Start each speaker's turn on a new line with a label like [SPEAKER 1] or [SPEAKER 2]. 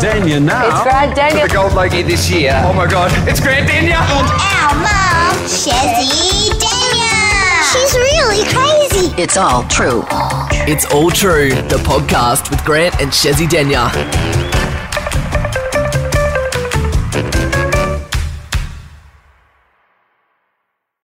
[SPEAKER 1] Dania now.
[SPEAKER 2] It's Grand Dania.
[SPEAKER 3] The gold logie this year. Oh my god, it's Grand Dania!
[SPEAKER 4] And our mom, Shazzy Daniel. She's really crazy.
[SPEAKER 5] It's all true.
[SPEAKER 6] It's All True, the podcast with Grant and Shezzy Denya.